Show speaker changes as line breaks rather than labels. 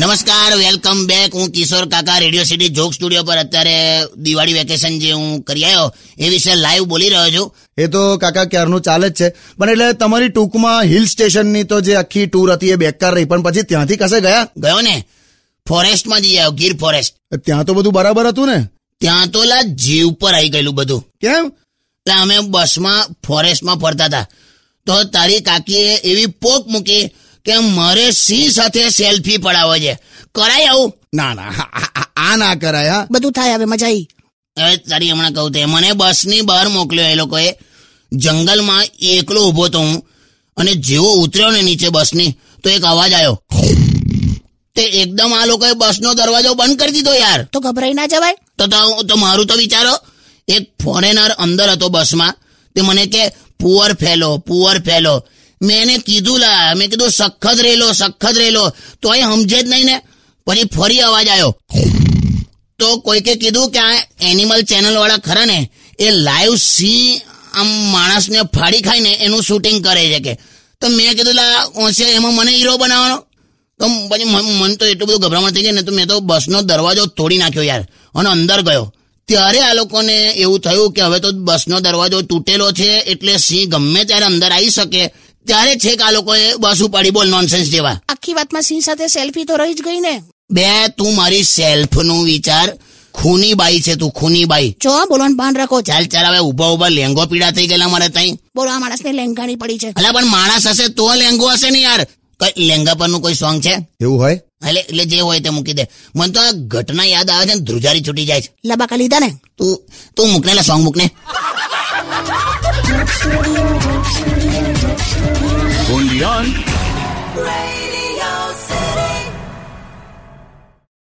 નમસ્કાર welcome back હું Kishore Kaka Radio City joke studio પર અત્યારે દિવાળી વેકેશન જે હું કરી આવ્યો એ વિશે લાઈવ બોલી રહ્યો છું
એ તો કાકા ક્યારનું ચાલે જ છે પણ એટલે તમારી ટૂંકમાં હિલ સ્ટેશનની તો જે આખી ટૂર હતી એ બેકાર રહી પણ પછી ત્યાંથી કસે ગયા
ગયો ને ફોરેસ્ટમાં જઈ આવ્યો ગીર ફોરેસ્ટ
ત્યાં તો બધું બરાબર હતું ને
ત્યાં તો લા જીવ પર આવી ગયેલું બધું
કેમ
એટલે અમે બસમાં ફોરેસ્ટમાં ફરતા હતા તો તારી કાકીએ એવી પોક મૂકી કે મારે સિંહ સાથે સેલ્ફી પડાવો છે કરાય આવું
ના ના આ- આ- આ ના કરાય હા
બધું થાય હવે મજા આવી
હવે તારી હમણાં કહું તે મને બસની બહાર મોકલ્યો એ લોકોએ જંગલમાં એકલો ઊભો તો હું અને જેવો ઉતર્યો ને નીચે બસની તો એક અવાજ આવ્યો તે એકદમ આ લોકોએ બસનો દરવાજો બંધ કરી દીધો યાર
તો ગભરાઈ ના જવાય
તો તો તો મારું તો વિચારો એક ફોરેનર અંદર હતો બસમાં તે મને કે પુઅર ફેલો પુઅર ફેલો મેં એને કીધું લા મેં કીધું સખત રેલો સખત રેલો તો એ સમજે જ નહીં ને પછી ફરી અવાજ આવ્યો તો કોઈકે કીધું કે આ એનિમલ ચેનલ વાળા ખરા ને એ લાઈવ સિંહ આમ માણસને ફાડી ખાઈને એનું શૂટિંગ કરે છે કે તો મેં કીધું લા ઓછે એમાં મને હીરો બનાવવાનો તો પછી મ- મન તો એટલું બધું ગભરામણ થઈ ગઈ ને તો મેં તો બસનો દરવાજો તોડી નાખ્યો યાર અને અંદર ગયો ત્યારે આ લોકોને એવું થયું કે હવે તો બસનો દરવાજો તૂટેલો છે એટલે સિંહ ગમે ત્યારે અંદર આવી શકે ત્યારે છેક આ લોકોએ બસ ઉપાડી બોલ નોનસેન્સ જેવા
આખી વાતમાં સિંહ સાથે સેલ્ફી તો રહી જ ગઈ ને
બે તું મારી સેલ્ફનું વિચાર ખૂની બાઈ છે તું ખૂની બાઈ
જો આ બોલવાનું ભાન રાખો
ચાલ ચાલ હવે ઉભા ઉભા લેંગો પીડા થઈ ગયેલા મારે તઈ
બોલો આ માણસને લેંઘાણી પડી છે
અલા પણ માણસ હશે તો લેંગો હશે ને યાર કઈ લેંગા પરનું કોઈ સોંગ છે
એવું હોય
એટલે એટલે જે હોય તે મૂકી દે મને તો આ ઘટના યાદ આવે છે ને ધ્રુજારી છૂટી જાય છે
લબાકા લીધા ને
તું તું મૂકને સોંગ મૂકને